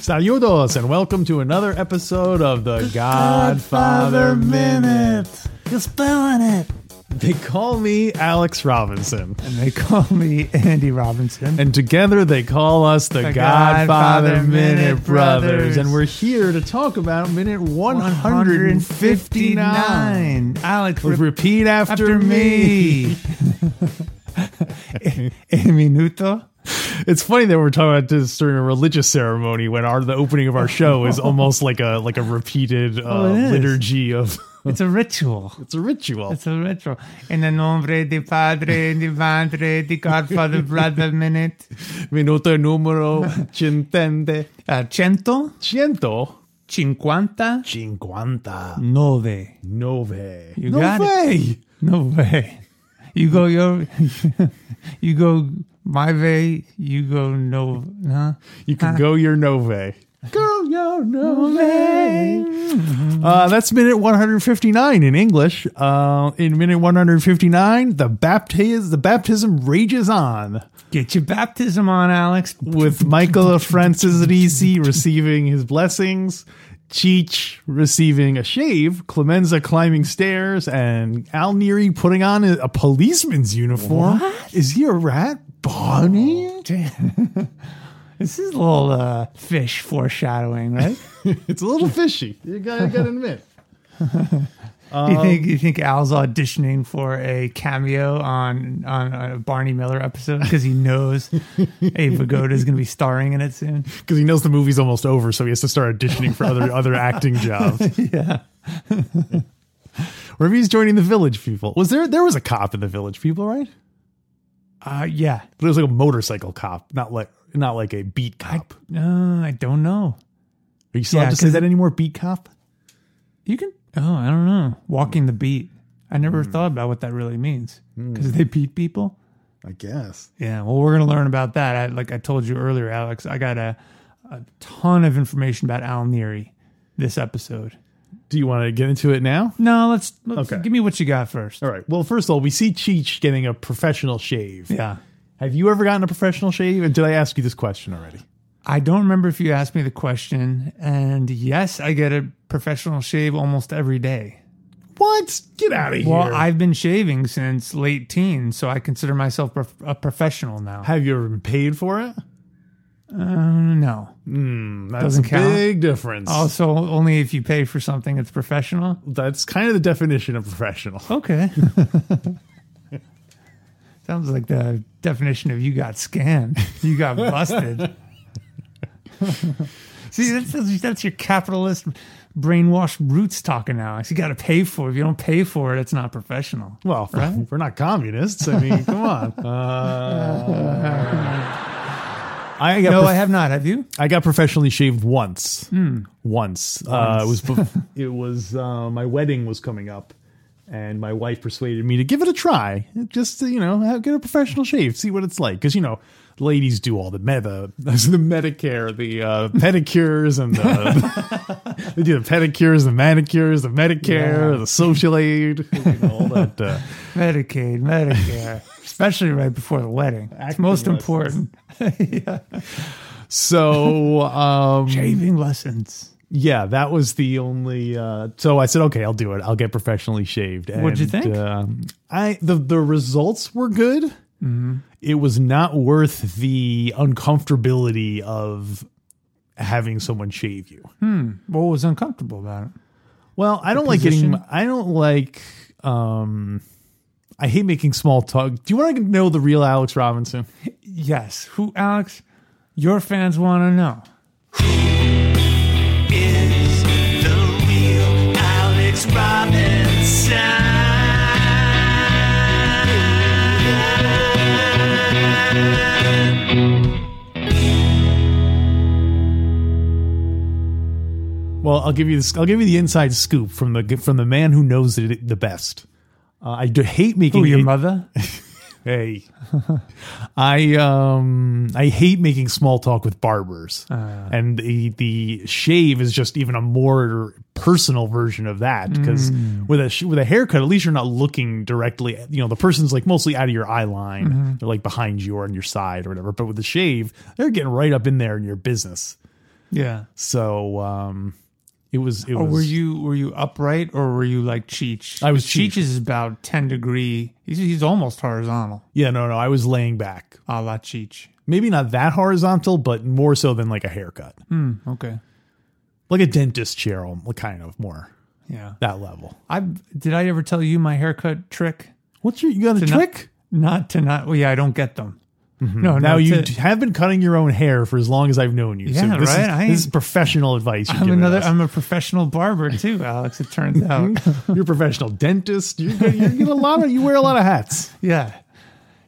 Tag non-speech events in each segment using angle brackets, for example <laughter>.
Saludos and welcome to another episode of the Godfather, Minute. You're spelling it. They call me Alex Robinson, And they call me Andy Robinson. and together they call us the, The Godfather, Godfather Minute, Minute Brothers. Brothers. and we're here to talk about Minute 159. 159. Alex, With re- repeat after, after me. me. <laughs> E-, A minuto. It's funny that we're talking about this during a religious ceremony when our the opening of our show <laughs> is almost like a like a repeated uh, Oh, it is. liturgy of <laughs> It's a ritual. it's a ritual. It's a ritual. In the nombre de Padre, de Madre, de Godfather, Brother Minute. Minuto numero cinquante. Uh, cento, Ciento cinquanta, cinquanta nove. nove. You no got it. way. No way. You go your, <laughs> you go my way. You go no, huh? You can go your nove. Go your nove. Uh, that's minute 159 in English. Uh, in minute 159, the baptiz the baptism rages on Get your baptism on, Alex. <laughs> with Michael Francis Risi receiving his blessings. Cheech receiving a shave, Clemenza climbing stairs, and Al Neary putting on a, a policeman's uniform. Is he a rat? Bonnie? Damn. this is a little uh, fish foreshadowing, right? It's a little fishy. You gotta, gotta <laughs> admit. you think you think Al's auditioning for a cameo on on a Barney Miller episode because he knows Abe Vigoda is going to be starring in it soon? Because he knows the movie's almost over, so he has to start auditioning for other other <laughs> acting jobs. Yeah. Or maybe he's joining the village people. Was there there was a cop in the village people, right? Uh, yeah. But it was like a motorcycle cop, not like not like a beat cop. No, Uh, I don't know. Are you still Yeah, have to say 'cause- that anymore? Beat cop? You can. Oh, I don't know. Walking the beat. I never Hmm. thought about what that really means because they beat people. I guess. Yeah. Well, we're gonna learn about that. I, like I told you earlier, Alex, I got a a ton of information about Al Neary this episode. Do you want to get into it now? No, let's, let's Okay. give me what you got first. All right. Well, first of all, we see Cheech getting a professional shave. Yeah. Have you ever gotten a professional shave? And did I ask you this question already? I don't remember if you asked me the question, and yes, I get a professional shave almost every day. What? Get out of here. Well, I've been shaving since late teens, so I consider myself prof- a professional now. have you ever been paid for it? Um, no. That's Doesn't a count. big difference. Also, Oh, only if you pay for something, it's professional. That's kind of the definition of professional. <laughs> Okay. <laughs> Sounds like the definition of you got scammed. You got busted. <laughs> See, that's, that's, that's your capitalist brainwashed roots talking, Alex. You got to pay for it. If you don't pay for it, it's not professional. Well, if <laughs> we're not communists. I mean, come on. Uh, I got No, prof- I have not. Have you? I got professionally shaved once. Once. Uh, it was bef- it was uh, my wedding was coming up, and my wife persuaded me to give it a try, just to, you know, have, get a professional shave, see what it's like, because you know. Ladies do all the meta, <laughs> the Medicare, the uh, pedicures, and the they do the pedicures, the manicures, the Medicare, Yeah. the social aid, you know, all that. Uh, Medicaid, <laughs> Medicare, especially right before the wedding. It's Acting most lessons. important. so um, Shaving lessons. yeah, that was the only. Uh, so I said, okay, I'll do it. I'll get professionally shaved. What'd you think? um, I the the results were good. Mm-hmm. It was not worth the uncomfortability of having someone shave you. What was uncomfortable about it? Well, I don't like position? getting. I don't like. Um, I hate making small talk. Do you want to know the real Alex Robinson? Yes. Who, Alex? Your fans want to know. is the real Alex Robinson. Well, I'll give you this. I'll give you the inside scoop from the from the man who knows it the best. Uh, I do hate making Who, your egg- <laughs> mother? Hey, <laughs> I um I hate making small talk with barbers, Uh. and the the shave is just even a more personal version of that because Mm. with a sh- with a haircut, at least you're not looking directly. at- You know, the person's like mostly out of your eye line. Mm-hmm. They're like behind you or on your side or whatever. But with the shave, they're getting right up in there in your business. Yeah. So um, it was it Or was Oh, were you were you upright or were you like Cheech? I was Cheech. Cheech is about ten degree. He's he's almost horizontal, yeah no no I was laying back. a la Cheech. Maybe not that horizontal, but more so than like a haircut. Okay. like a dentist chair, um, kind of more Yeah. that level. I did I ever tell you my haircut trick? What's your you got a not- trick? Mm-hmm. Not to not. Well, yeah, I don't get them. No, now not you to- d- have been cutting your own hair for as long as I've known you. Yeah, this right, I Is, this is ain't- professional advice. You're I'm giving another. us. I'm a professional barber too, Alex. It <laughs> turns out. you're a professional dentist. You're, gonna- you're getting a lot of. You wear a lot of <laughs> hats. yeah.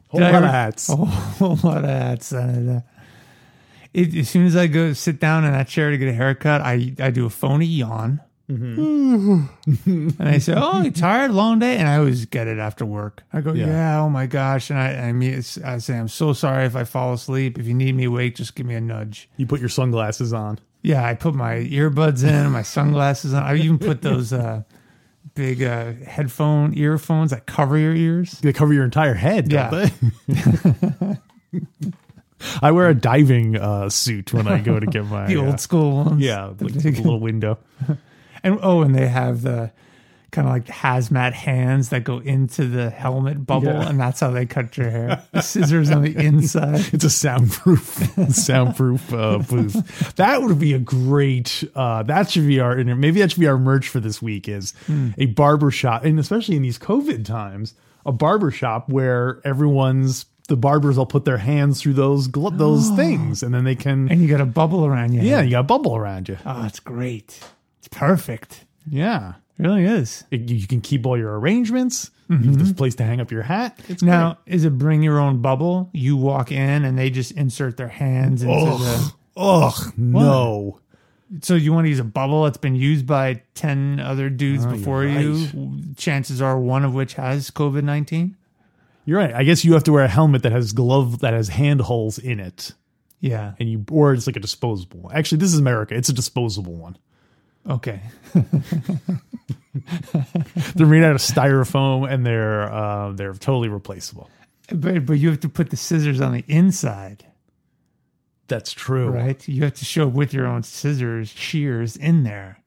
Whole Did I lot of ever- hats. <laughs> A Oh. whole lot of hats. uh, It, as soon as I go sit down in that chair to get a haircut, I, I do a phony yawn. Mm-hmm. <laughs> and I say, "Oh, you tired? Long day." And I always get it after work. I go, Yeah. "Yeah, oh my gosh!" And I I, mean, it's- I say, "I'm so sorry if I fall asleep. If you need me awake, just give me a nudge." You put your sunglasses on. Yeah, I put my earbuds in, my sunglasses on. I even put those uh, big uh, headphone earphones that cover your ears. They cover your entire head. Don't Yeah. they? <laughs> I wear a diving uh, suit when I go to <laughs> get my The uh, old school ones. Yeah, The like the big- little window. And oh, and they have the kind of like hazmat hands that go into the helmet bubble, Yeah. and that's how they cut your hair. The scissors <laughs> on the inside. It's a soundproof, <laughs> soundproof uh, booth. That would be a great. Uh, that should be our. and Maybe that should be our merch for this week. Is a barber shop, and especially in these COVID times, a barber shop where everyone's the barbers will put their hands through those glo- <gasps> those things, and then they can. And you got a bubble around your Yeah, head. you got a bubble around you. Oh, it's great. It's perfect. Yeah, It really is. It- you can keep all your arrangements. You have this place to hang up your hat. It's now, is it bring your own bubble? You walk in and they just insert their hands into the. <laughs> ugh no. So you want to use a bubble that's been used by 10 other Oh, dudes before you're you, right. W- chances are one of which has COVID 19? You're right. I guess you have to wear a helmet that has glove that has hand holes in it. Yeah. and you or it's like a disposable. one. Actually, this is America. It's a disposable one. Okay. They're made out of styrofoam and they're uh, they're totally replaceable. But, but you have to put the scissors on the inside, That's true. right? You have to show with your own scissors shears in there.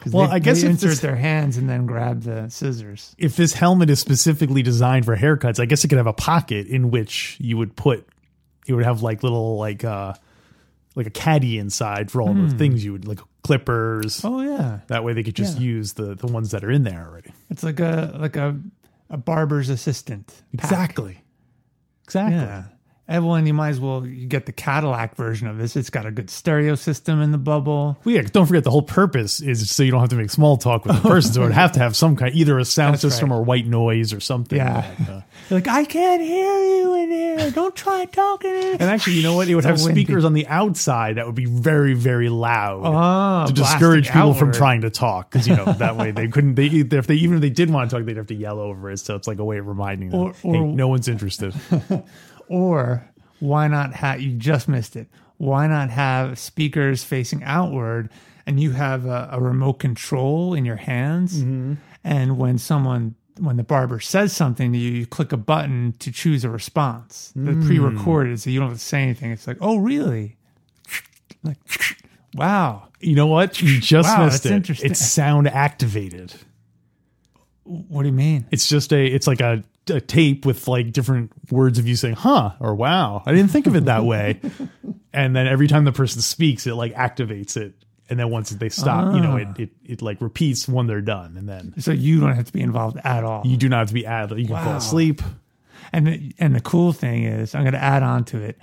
'Cause Well, they- I guess they if insert this- their hands and then grab the scissors. If this helmet is specifically designed for haircuts, I guess it could have a pocket in which you would put it would have like little like uh like a caddy inside for all the things you would like clippers. Oh yeah, That way they could just Yeah. use the the ones that are in there already. it's like a like a a barber's assistant. pack. Exactly. Exactly. Yeah. Everyone, you might as well get the Cadillac version of this. It's got a good stereo system in the bubble. Well, yeah, don't forget the whole purpose is so you don't have to make small talk with the <laughs> person. so it would have to have some kind, either a sound system or white noise or something. Yeah. Like, <laughs> uh, You're like, I can't hear you in here. Don't try talking in and actually, you know what? It would So have windy. speakers on the outside that would be very, very loud Ah, to blasting discourage people from outward. trying to talk because you know that way they couldn't. <laughs> They if they even if they did want to talk, they'd have to yell over it. So it's like a way of reminding them, Or- or- hey, no one's interested. Or why not have you just missed it? Why not have speakers facing outward and you have a, a remote control in your hands? And when someone, when the barber says something to you, you click a button to choose a response. The pre recorded, so you don't have to say anything. It's like, oh, really? Like, wow. you know what? You just Wow, missed that's it. interesting. It's sound activated. What do you mean? It's just a it's like a, a tape with like different words of you saying huh or wow. I didn't think of it that way. <laughs> and then every time the person speaks, it like activates it. And then once they stop, you know, it, it it like repeats when they're done. And then So you don't have to be involved at all. you do not have to be ad you can fall Wow. asleep. And the, and the cool thing is, I'm going to add on to it,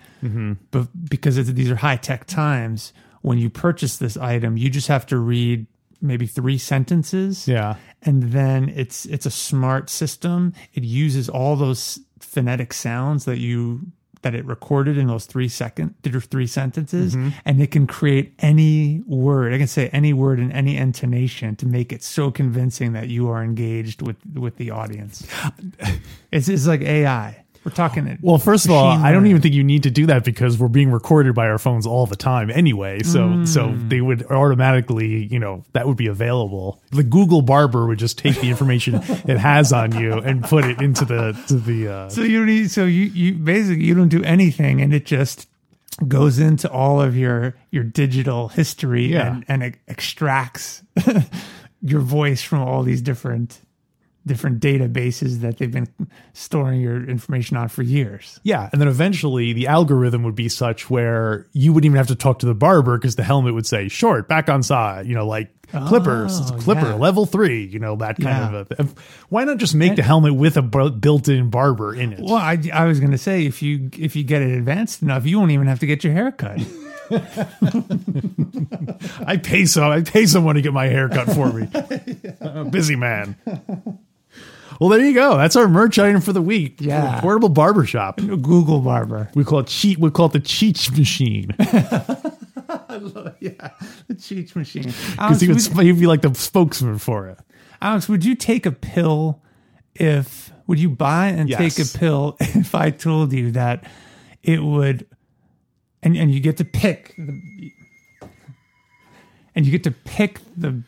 but because it's, these are high tech times, when you purchase this item, you just have to read maybe three sentences, Yeah. and then it's it's a smart system. It uses all those phonetic sounds that you that it recorded in those three second th- three sentences, Mm-hmm. and it can create any word. I can say any word in any intonation to make it so convincing that you are engaged with with the <laughs> audience. it's, it's like AI. We're talking it. Well, first of all, machine I don't learning. even think you need to do that because we're being recorded by our phones all the time anyway. So so they would automatically, you know, that would be available. The Google barber would just take the information <laughs> it has on you and put it into the to the uh, So you need so you you basically you don't do anything and it just goes into all of your your digital history Yeah. and, and it extracts <laughs> your voice from all these different different databases that they've been storing your information on for years. Yeah, and then eventually the algorithm would be such where you wouldn't even have to talk to the barber because the helmet would say short, back on side, you know, like clippers, it's a clipper, Oh, yeah. level three, you know, that kind Yeah. of a th- Why not just make the helmet with a bu- built-in barber in it? Well, I, I was going to say if you if you get it advanced enough, you won't even have to get your hair cut. <laughs> I pay some, I pay someone to get my hair cut for <laughs> me. I'm a busy man. Well, there you go. That's our merch item for the week. Yeah. portable barber shop. Google barber. We call it cheat. We call it the cheat machine. Yeah, the cheat <laughs> machine. Because he would, sp- he'd be like the spokesman for it. Alex, would you take a pill if would you buy and Yes. take a pill <laughs> if I told you that it would and and you get to pick the, and you get to pick the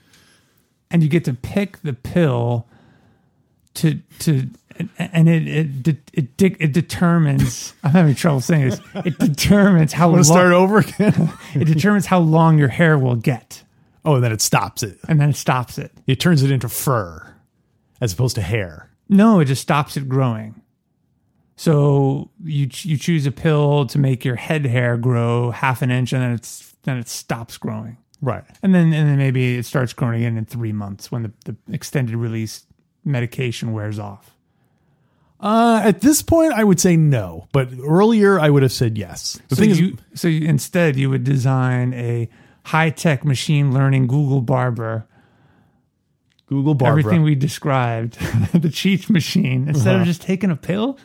and you get to pick the pill to to and it it de- it, de- it determines <laughs> I'm having trouble saying this it determines how long Want to start over again? it determines how long your hair will get Oh, and then it stops it. and then it stops it It turns it into fur as opposed to hair. No, it just stops it growing. So you ch- you choose a pill to make your head hair grow half an inch, and then it's then it stops growing, Right. and then and then maybe it starts growing again in three months when the, the extended release medication wears off. Uh, at this point, I would say no, but earlier I would have said yes. The So thing is, you so you, instead you would design a high tech machine learning Google Barber, Google Barbara. everything we described, <laughs> the cheat machine, instead of just taking a pill.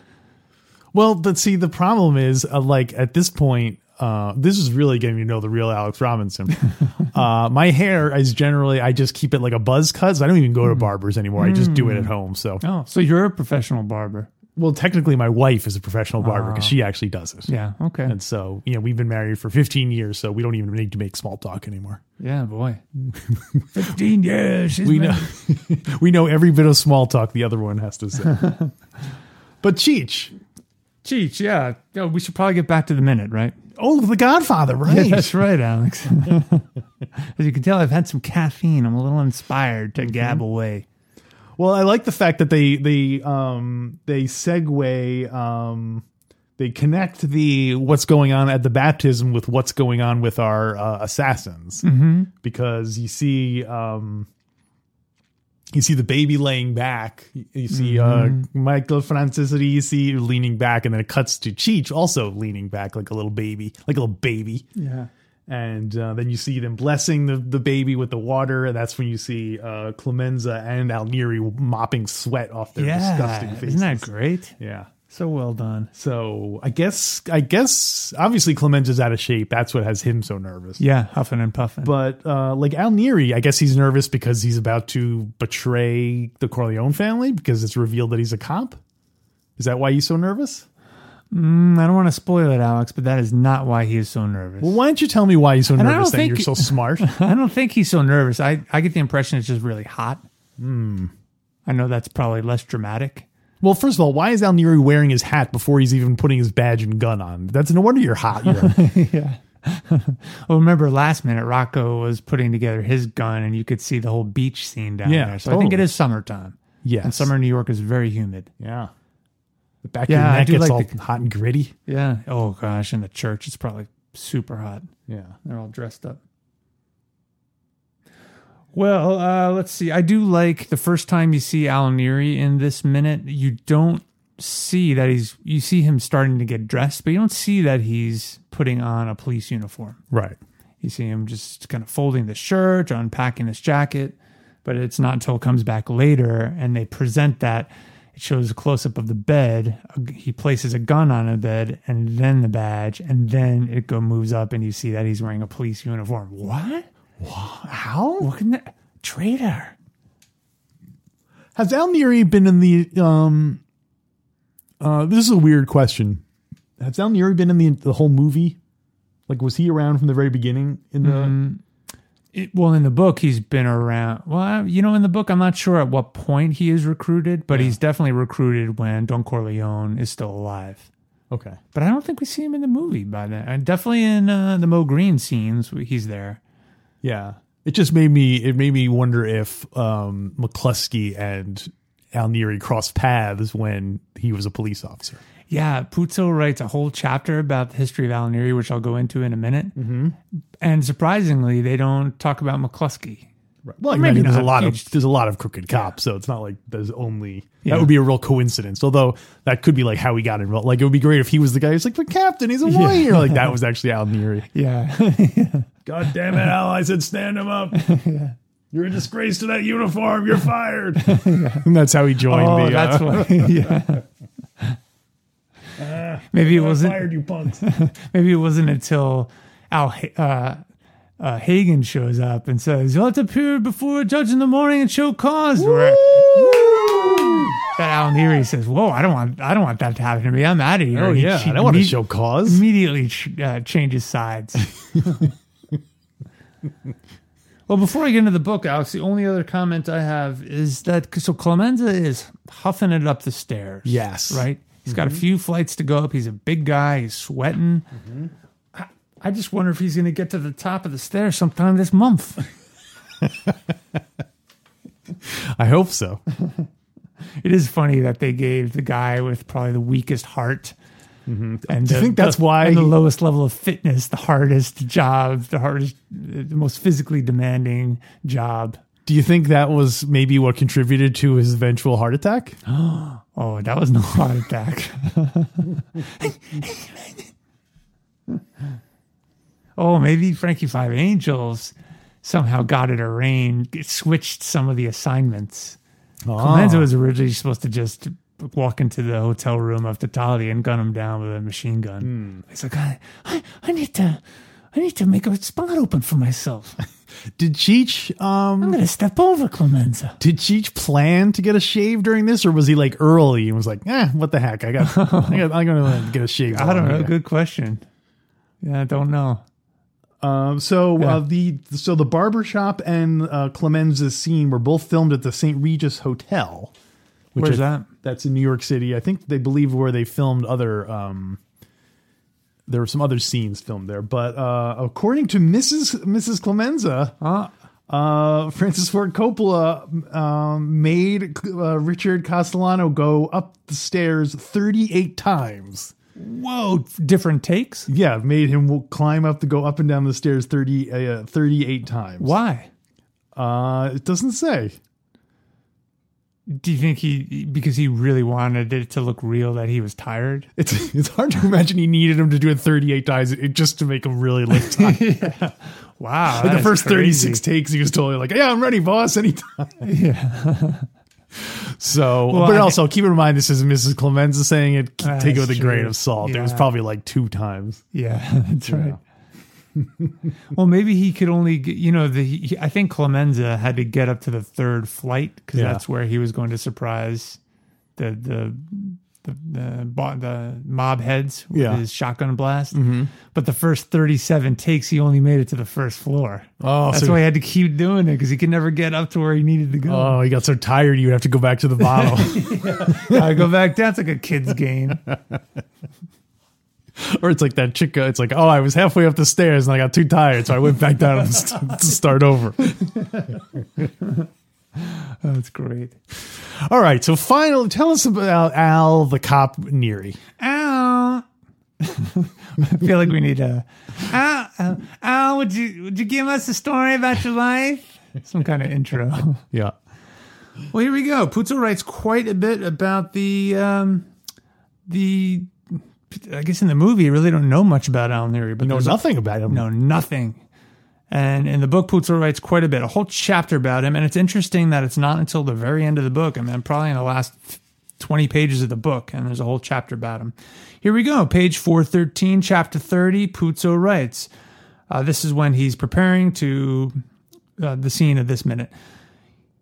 well, but see, the problem is, uh, like at this point, uh, this is really getting to know the real Alex Robinson. uh, my hair is generally I just keep it like a buzz cut. So I don't even go to barbers anymore. I just do it at home. So, Oh, so you're a professional barber? well, technically, my wife is a professional barber because she actually does it. Yeah. Okay. And so, you know, we've been married for 15 years, so we don't even need to make small talk anymore. Yeah, boy. 15 years. we know <laughs> we know every bit of small talk the other one has to say. but Cheech, Cheech, yeah. Yeah, We should probably get back to the minute, right? oh, The Godfather, right? that's right, <laughs> Alex. As you can tell, I've had some caffeine. I'm a little inspired to gab away. Well, I like the fact that they they um they segue um they connect the what's going on at the baptism with what's going on with our uh, assassins because you see um you see the baby laying back you see uh michael francisity you see leaning back and then it cuts to cheech also leaning back like a little baby like a little baby Yeah. and uh, then you see them blessing the, the baby with the water and that's when you see uh, clemenza and alniri mopping sweat off their disgusting Yeah. faces Isn't that great? yeah So well done. so i guess i guess obviously clemenza's out of shape that's what has him so nervous Yeah, huffing and puffing. but uh, like alniri i guess he's nervous because he's about to betray the corleone family because it's revealed that he's a cop is that why he's so nervous Mm, I don't want to spoil it, Alex, but that is not why he is so nervous. well, why don't you tell me why he's so I don't nervous then think- you're so <laughs> smart I don't think he's so nervous. I, I get the impression it's just really hot. Hmm. I know that's probably less dramatic. Well, first of all, why is Alniri wearing his hat before he's even putting his badge and gun on? That's no wonder you're hot. You're- <laughs> Well, remember last minute, Rocco was putting together his gun, and you could see the whole beach scene down Yeah, there. So I think it totally. is summertime. yes. And summer in New York is very humid. Yeah. The back Yeah, of I your neck do gets like all the- hot and gritty. Yeah. Oh gosh, in the church, it's probably super hot. Yeah. They're all dressed up. Well, uh, let's see. I do like the first time you see Alan Neary in this minute, you don't see that he's. You see him starting to get dressed, but you don't see that he's putting on a police uniform. Right. You see him just kind of folding the shirt or unpacking his jacket, but it's not until it comes back later and they present that It shows a close up of the bed. He places a gun on a bed, and then the badge, and then it go moves up, and you see that he's wearing a police uniform. What? How? What can that traitor? Has Al Neri been in the um uh this is a weird question. Has Al Neri been in the the whole movie? Like was he around from the very beginning in the Mm-hmm. It, well, in the book, he's been around. Well, I- you know, in the book, I'm not sure at what point he is recruited, but he's definitely recruited when Don Corleone is still alive. Okay. But I don't think we see him in the movie by then. Uh, definitely in uh, the Mo Green scenes, he's there. Yeah. It just made me it made me wonder if um McCluskey and Al Neri crossed paths when he was a police officer. Yeah, Puzo writes a whole chapter about the history of Alan which I'll go into in a minute. Mm-hmm. And surprisingly, they don't talk about McCluskey. Right. Well, I Maybe imagine there's a not. lot You of just- there's a lot of crooked cops, so it's not like there's only Yeah. that would be a real coincidence. Although that could be like how he got involved. Like it would be great if he was the guy who's like, "But Captain, he's a warrior." Like <laughs> that was actually Al Neri. <laughs> Yeah. God damn it, Al! I said stand him <laughs> up. You're a disgrace to that uniform. You're fired. <laughs> And that's how he joined the. oh, <laughs> that's uh, what. yeah. maybe it wasn't. fired you punks. Maybe it wasn't until Al Ha- uh, uh, Hagen shows up and says, "You'll have to appear before a judge in the morning and show cause." Where Oh, that Alan Neary says, "Whoa, I don't want, I don't want that to happen to me. I'm out of here." oh And he- yeah, she I don't want to imme- show cause. Immediately ch- uh, <laughs> changes sides. well, before I get into the book, Alex, the only other comment I have is that so Clemenza is huffing it up the stairs. Yes. Mm-hmm. right. He's got a few flights to go up. He's a big guy. He's sweating. Mm-hmm. I, I just wonder if he's going to get to the top of the stairs sometime this month. I hope so. It is funny that they gave the guy with probably the weakest heart. And Mm-hmm. Do you the- think that's the- why and the he- lowest level of fitness, the hardest job, the hardest, the most physically demanding job? Do you think that was maybe what contributed to his eventual heart <gasps> attack? Oh, that was no <laughs> heart attack. oh, maybe Frankie Five Angels somehow got it arranged, it switched some of the assignments. Clemenza was originally supposed to just walk into the hotel room of Totali and gun him down with a machine gun. He's like, I, I, I need to, I need to make a spot open for myself. Did Cheech um I'm <laughs> gonna step over Clemenza. Did Cheech plan to get a shave during this, or was he like early and was like, "Eh, what the heck? I got, I got I'm gonna get a shave." I don't tomorrow." know. Good question. Yeah, I don't know. Um, so uh, the so the barber shop and uh, Clemenza's scene were both filmed at the St. Regis Hotel. Which Where's I- that? That's in New York City. I think they believe where they filmed other. Um, there were some other scenes filmed there, but uh, according to Mrs. Mrs. Clemenza, Ah. uh, Francis Ford Coppola um, made uh, Richard Castellano go up the stairs 38 times. Whoa, different takes. Yeah, made him w- climb up to go up and down the stairs 30, uh, 38 times. Why? Uh, it doesn't say. Do you think he because he really wanted it to look real that he was tired? It's <laughs> it's hard to imagine he needed him to do it 38 times it- just to make him really look tired. Wow, <laughs> like the first 36 takes, he was totally like, "Yeah, I'm ready, boss, anytime." Yeah, So, Well, but I- also keep in mind this is Mrs. Clemenza saying it. Ah, Take it with that's a grain true. of salt. It was Yeah. probably like two times. yeah, <laughs> that's right. well, maybe he could only get, you know the. He, I think Clemenza had to get up to the third flight because Yeah. that's where he was going to surprise the the the the, bo- the mob heads with Yeah. Mm-hmm. his shotgun blast. But the first thirty seven takes, he only made it to the first floor. Oh, That's so- why he had to keep doing it because he could never get up to where he needed to go. Oh, he got so tired, you would have to go back to the <laughs> bottom, I go back. That's like a kid's game. <laughs> or it's like that chick. uh, It's like, oh, I was halfway up the stairs and I got too tired, so I went back down and st- to start over. That's great. All right, so final, tell us about Al the cop Neary. Ow. <laughs> I feel like we need a. Ow, ow, ow, would you would you give us a story about your life? Some kind of intro. Yeah. <laughs> well, here we go. Puzo writes quite a bit about the um, the. I guess in the movie, you really don't know much about Alan Leary, but Know there's a- nothing about him. No, nothing. And in the book, Putzel writes quite a bit, a whole chapter about him. And it's interesting that it's not until the very end of the book, I mean, probably in the last 20 pages of the book, and there's a whole chapter about him. Here we go, page 413, chapter 30. Puzo writes uh, This is when he's preparing to uh, the scene of this minute.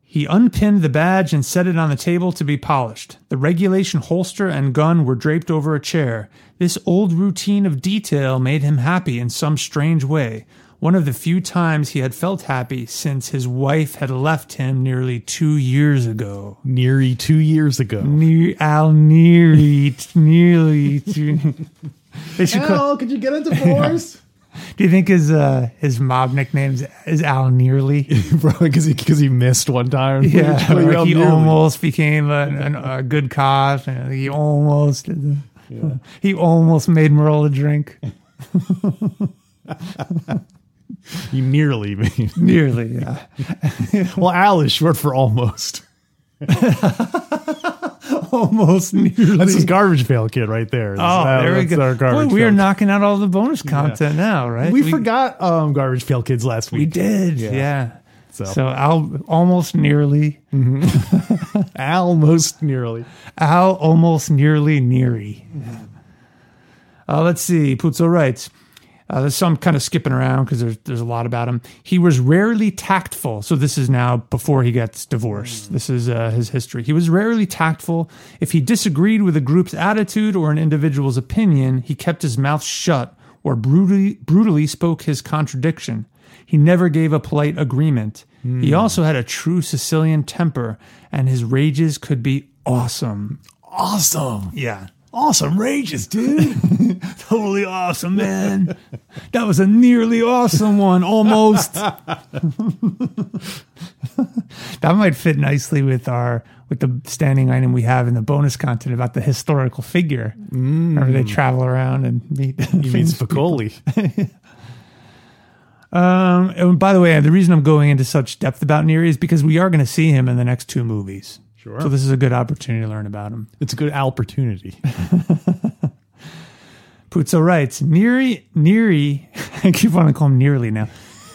He unpinned the badge and set it on the table to be polished. The regulation holster and gun were draped over a chair. This old routine of detail made him happy in some strange way, one of the few times he had felt happy since his wife had left him nearly two years ago. Neary two years ago. Near, Al, nearly, nearly two. <laughs> They should call- Al, could you get a divorce? do you think his uh, his mob nickname is, is Al Nearly? <laughs> Probably because he, 'cause he missed one time. Yeah, Well, like Al he Neary. almost became a, an, a good cop. And he almost, <laughs> he almost made Marola drink. He nearly. <laughs> made- Nearly, yeah. well, Al is short for <laughs> almost. almost nearly. That's his garbage pail kid right there. oh, That's- there we that's go. our Boy, garbage we are pail knocking out all the bonus content now, right? kid. We, forgot um, garbage pail kids last We week. did, yeah. So. So, Al almost nearly, Al most <laughs> nearly. Al almost nearly neary. Mm-hmm. Uh, let's see. Puzo writes. Uh, there's some kind of skipping around because there's there's a lot about him. He was rarely tactful. So this is now before he gets divorced. This is uh, his history. He was rarely tactful. If he disagreed with a group's attitude or an individual's opinion, he kept his mouth shut or brutally brutally spoke his contradiction. He never gave a polite agreement. He also had a true Sicilian temper, and his rages could be awesome. Awesome. Yeah. Awesome rages, dude. <laughs> Totally awesome, man. that was a nearly awesome one, almost. <laughs> that might fit nicely with our with the standing item we have in the bonus content about the historical figure. Remember they travel around and meet. <laughs> he means Piccoli. um, and by the way, the reason I'm going into such depth about Neary is because we are going to see him in the next two movies. Sure. So this is a good opportunity to learn about him. <laughs> It's a good opportunity. Puzo writes, Neary, Neary, <laughs> I keep wanting to call him Nearly now.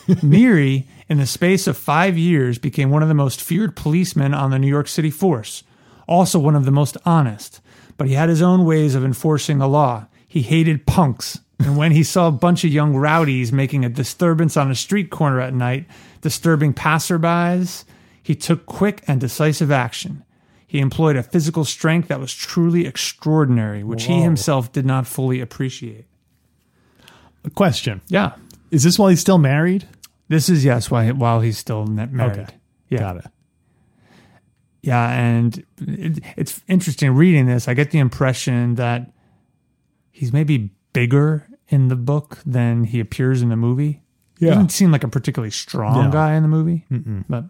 Neary, in the space of five years, became one of the most feared policemen on the New York City force, also one of the most honest. But he had his own ways of enforcing the law. He hated punks. And when he saw a bunch of young rowdies making a disturbance on a street corner at night, disturbing passerbys, he took quick and decisive action. He employed a physical strength that was truly extraordinary, which he himself did not fully appreciate. A question. Yeah. Is this while he's still married? This is yes why while he's still net married. Okay. Yeah. Got it. Yeah, and it, it's interesting reading this. I get the impression that he's maybe bigger in the book than he appears in the movie. He Yeah. doesn't seem like a particularly strong No. guy in the movie. But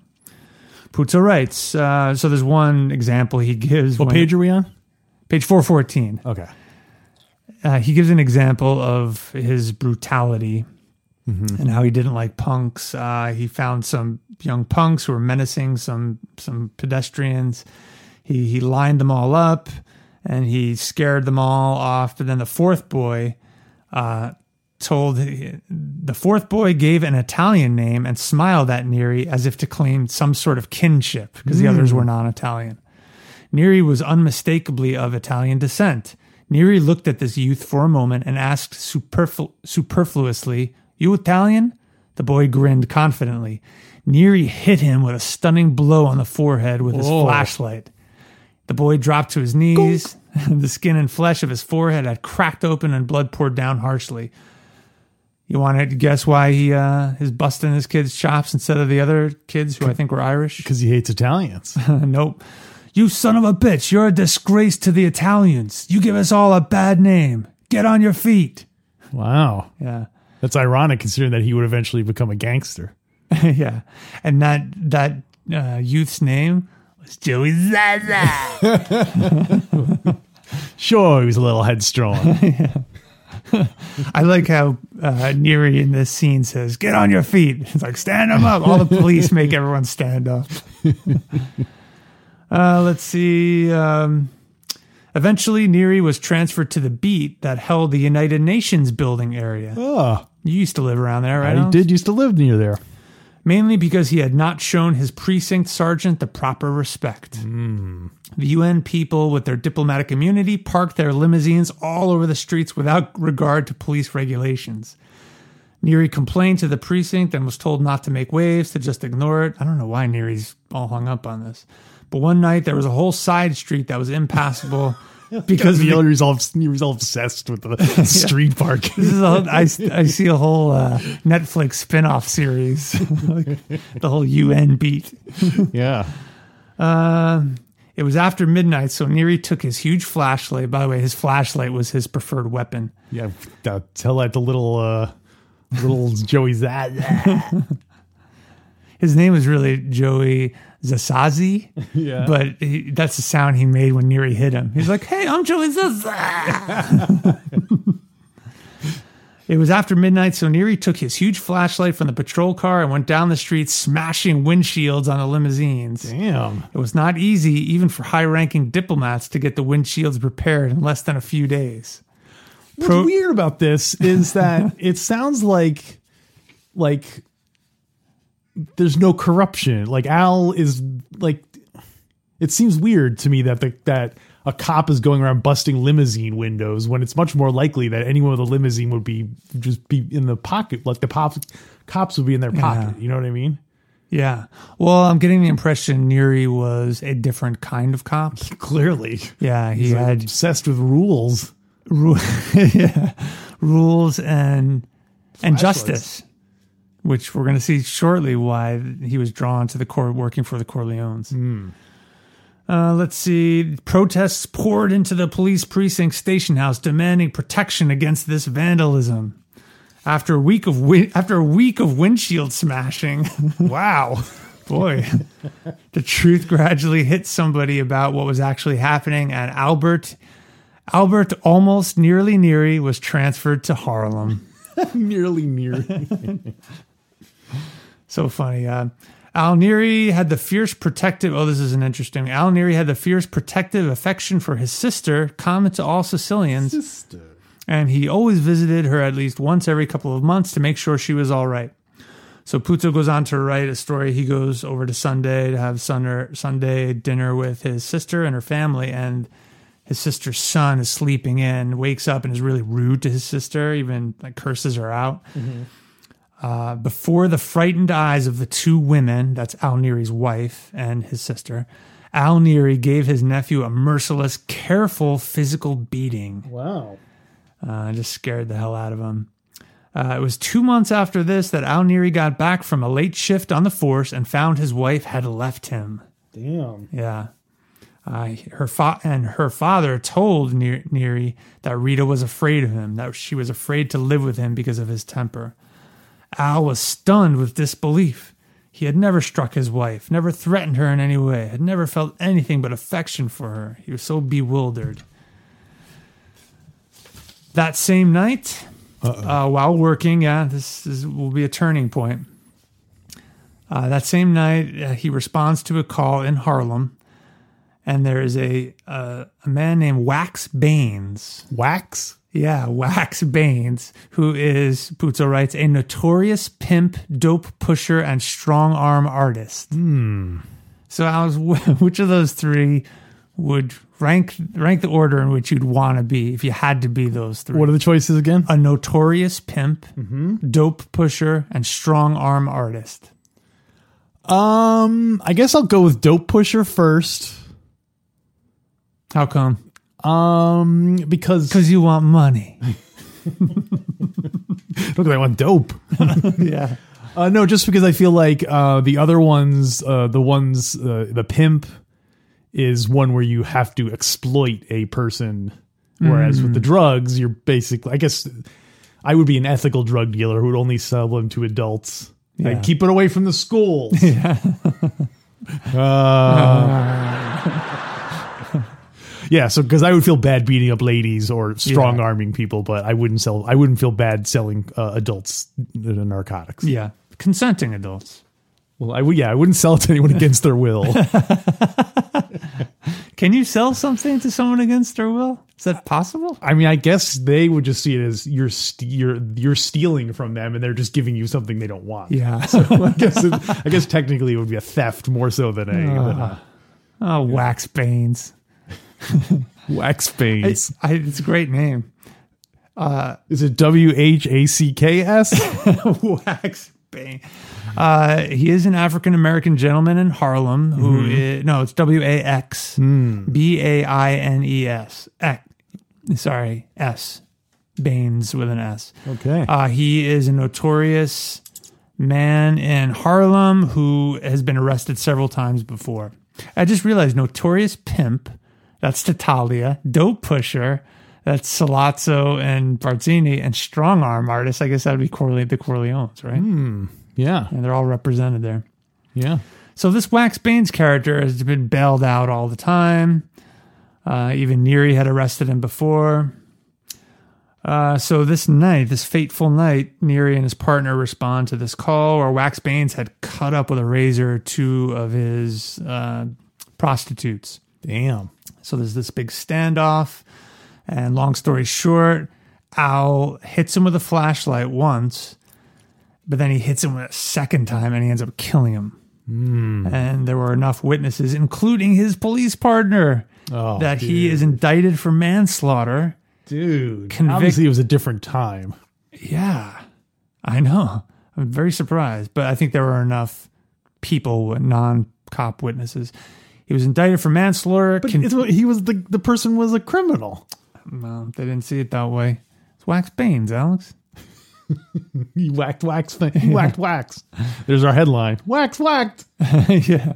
Puzo writes. Uh, so there's one example he gives. What when- page are we on? Page 414. Okay. uh, he gives an example of his brutality and how he didn't like punks. Uh, he found some young punks who were menacing some some pedestrians. He he lined them all up and he scared them all off. But then the fourth boy uh, told the fourth boy gave an Italian name and smiled at Neri as if to claim some sort of kinship because the others were non-Italian. Neri was unmistakably of Italian descent. Neri looked at this youth for a moment and asked superflu- superfluously, You Italian? The boy grinned confidently. Neri hit him with a stunning blow on the forehead with his Whoa. flashlight. The boy dropped to his knees. <laughs> the skin and flesh of his forehead had cracked open and blood poured down harshly. You want to guess why he uh, is busting his kid's chops instead of the other kids who I think were Irish? Because he hates Italians. <laughs> nope. You son of a bitch, you're a disgrace to the Italians. You give us all a bad name. Get on your feet. wow. Yeah. That's ironic considering that he would eventually become a gangster. <laughs> yeah. And that that uh, youth's name was Joey Zaza. Sure, he was a little headstrong. I like how uh, Neri in this scene says, "Get on your feet." It's like stand them up. All the police make everyone stand up. <laughs> uh, let's see. Um, eventually, Neri was transferred to the beat that held the United Nations building area. oh, You used to live around there, right? I Alex? did used to live near there. mainly because he had not shown his precinct sergeant the proper respect. The UN people, with their diplomatic immunity, parked their limousines all over the streets without regard to police regulations. Neary complained to the precinct and was told not to make waves, to just ignore it. I don't know why Neary's all hung up on this. But one night there was a whole side street that was impassable <laughs> because of the Neil resolves Neil's all obsessed with the street parking. <laughs> this is a whole, I, I see a whole uh, Netflix spin-off series, <laughs> Like, the whole UN beat. yeah. Um, it was after midnight, so Neary took his huge flashlight. By the way, his flashlight was his preferred weapon. Yeah. uh, tell that to little uh little Joey that. His name was really Joey Zasazi, Yeah. but he, that's the sound he made when Neary hit him. He's like, "Hey, I'm Joey Zasazi." <laughs> it was after midnight, so Neary took his huge flashlight from the patrol car and went down the street, smashing windshields on the limousines. Damn. It was not easy, even for high ranking diplomats, to get the windshields repaired in less than a few days. What's Pro- weird about this is <laughs> that it sounds like like there's no corruption. Like Al is like it seems weird to me that the, that a cop is going around busting limousine windows when it's much more likely that anyone with a limousine would be just be in the pocket like the pop, cops would be in their pocket. You know what I mean? <laughs> Yeah. Well, I'm getting the impression Neary was a different kind of cop. Clearly. Yeah, he had Obsessed with rules. ru- <laughs> yeah, rules and and justice, which we're going to see shortly why he was drawn to the core working for the Corleones. Uh, let's see. Protests poured into the police precinct station house, demanding protection against this vandalism. After a week of win- after a week of windshield smashing, <laughs> wow, boy, the truth gradually hit somebody about what was actually happening, and Albert, Albert almost nearly Neary was transferred to Harlem. <laughs> Nearly <laughs> near. So funny. Uh, Al Neri had the fierce protective. Oh, this is an interesting. Al Neri had the fierce protective affection for his sister, common to all Sicilians, and he always visited her at least once every couple of months to make sure she was all right. So Puto goes on to write a story. He goes over to Sunday to have Sunday Sunday dinner with his sister and her family, and his sister's son is sleeping in, wakes up, and is really rude to his sister, even like curses her out Uh, before the frightened eyes of the two women, that's Al Neri's wife and his sister, Al Neri gave his nephew a merciless, careful physical beating. wow. Uh, just scared the hell out of him. Uh, it was two months after this that Al Neri got back from a late shift on the force and found his wife had left him. Damn. Yeah. Uh, her fa- and her father told Ne- Neri that Rita was afraid of him, that she was afraid to live with him because of his temper. Al was stunned with disbelief. He had never struck his wife, never threatened her in any way, had never felt anything but affection for her. He was so bewildered. That same night, uh, while working, yeah, this is, will be a turning point. Uh, that same night, uh, he responds to a call in Harlem, and there is a uh, a man named Wax Baines. Wax? Yeah, <laughs> Wax Baines, who is Puzo writes a notorious pimp, dope pusher, and strong arm artist. So I was, <laughs> which of those three would rank rank the order in which you'd want to be if you had to be those three? What are the choices again? a notorious pimp, dope pusher, and strong arm artist. Um, I guess I'll go with Dope Pusher first. How come? Um, because Because you want money. look, I want <laughs> dope. yeah. Uh, no, just because I feel like uh, the other ones, uh, the ones, uh, the pimp is one where you have to exploit a person, whereas with the drugs, you're basically. I guess I would be an ethical drug dealer who would only sell them to adults. Yeah. Like, keep it away from the schools. <laughs> Yeah. <laughs> uh, yeah. So, because I would feel bad beating up ladies or strong arming people, but I wouldn't sell. I wouldn't feel bad selling uh, adults uh, narcotics. <laughs> Yeah. Consenting adults. Well, I would. Yeah, I wouldn't sell it to anyone against their will. In case Can you sell something to someone against their will? Is that possible? <laughs> I mean, I guess they would just see it as you're st- you're you're stealing from them, and they're just giving you something they don't want. <laughs> Yeah. <laughs> I guess it, I guess technically it would be a theft more so than a, Uh-huh. than a oh, Wax Banes. wax pains. It's, I, it's a great name. Is it W H A C K <laughs> S? <laughs> Wax Bane. Uh, he is an African American gentleman in Harlem who i- no, it's W A X B A I N E S. X- Sorry, S. Baines with an S. Okay. Uh, he is a notorious man in Harlem who has been arrested several times before. I just realized notorious pimp. That's Tatalia, dope pusher. That's Salazzo and Barzini and strong arm artist. I guess that would be Corle- the Corleones, right? yeah. And they're all represented there. Yeah. So this Wax Baines character has been bailed out all the time. Uh, even Neary had arrested him before. Uh, so this night, this fateful night, Neary and his partner respond to this call where Wax Baines had cut up with a razor two of his uh, prostitutes. Damn. So there's this big standoff. And long story short, Owl hits him with a flashlight once, but then he hits him with a second time and he ends up killing him. And there were enough witnesses, including his police partner, Oh, that he is indicted for manslaughter. dude. Convict- Obviously, it was a different time. Yeah, I know. I'm very surprised, but I think there were enough people, non cop witnesses. He was indicted for manslaughter. But con- it's, he was the the person was a criminal. Well, they didn't see it that way. It's Wax Baines, Alex. <laughs> He whacked wax. Thing. He whacked wax. <laughs> There's our headline. Wax whacked. yeah.